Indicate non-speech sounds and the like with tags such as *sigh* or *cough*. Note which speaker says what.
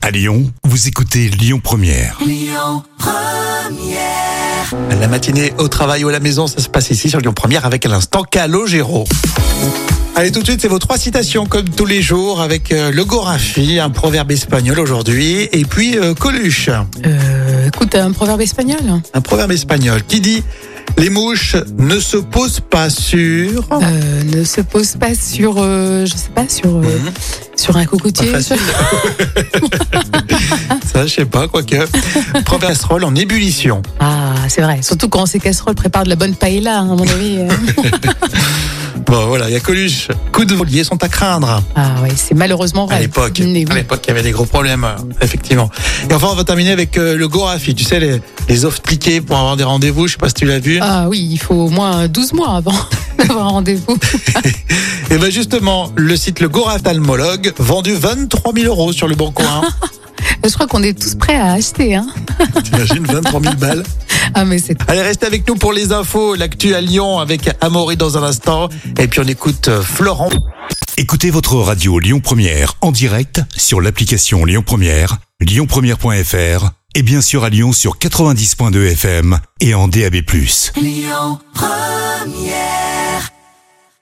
Speaker 1: À Lyon, vous écoutez Lyon Première.
Speaker 2: La matinée au travail ou à la maison, ça se passe ici sur Lyon Première avec à l'instant Calogero. Allez tout de suite, c'est vos trois citations comme tous les jours avec euh, le Gorafi, un proverbe espagnol aujourd'hui, et puis euh, Coluche,
Speaker 3: Euh, écoute, un proverbe espagnol. hein.
Speaker 2: un proverbe espagnol qui dit les mouches ne se posent pas sur.
Speaker 3: Euh, ne se pose pas sur, euh, je sais pas, sur, euh,
Speaker 2: Mhm.
Speaker 3: sur un
Speaker 2: Pas
Speaker 3: cocotier.
Speaker 2: facile. *laughs* ça, je sais pas, quoique. Proverbe casserole en ébullition.
Speaker 3: Ah, c'est vrai. Surtout quand ces casseroles préparent de la bonne paella, hein, à mon
Speaker 2: *laughs*
Speaker 3: avis. euh.
Speaker 2: Bon, voilà, il y a Coluche. Coups de volier sont à craindre.
Speaker 3: Ah ouais, c'est malheureusement vrai.
Speaker 2: à l'époque.
Speaker 3: Mais
Speaker 2: À
Speaker 3: oui.
Speaker 2: l'époque, il y avait des gros problèmes, euh, effectivement. Et enfin, on va terminer avec euh, le Gorafi. Tu sais, les, les offres cliquées pour avoir des rendez-vous. Je sais pas si tu l'as vu.
Speaker 3: Ah oui, il faut au moins 12 mois avant *laughs* d'avoir un rendez-vous.
Speaker 2: Et ben justement, le site le Goraftalmologue, vendu 23 000 euros sur le bon
Speaker 3: *laughs*
Speaker 2: coin.
Speaker 3: Je crois qu'on est tous prêts à acheter. Hein.
Speaker 2: T'imagines 23 000 balles.
Speaker 3: Ah mais c'est
Speaker 2: Allez, restez avec nous pour les infos. L'actu à Lyon avec Amaury dans un instant. Et puis on écoute euh, Florent.
Speaker 1: Écoutez votre radio Lyon Première en direct sur l'application Lyon Première, lyonpremière.fr et bien sûr à Lyon sur 90.2 FM et en DAB+.
Speaker 4: Lyon Première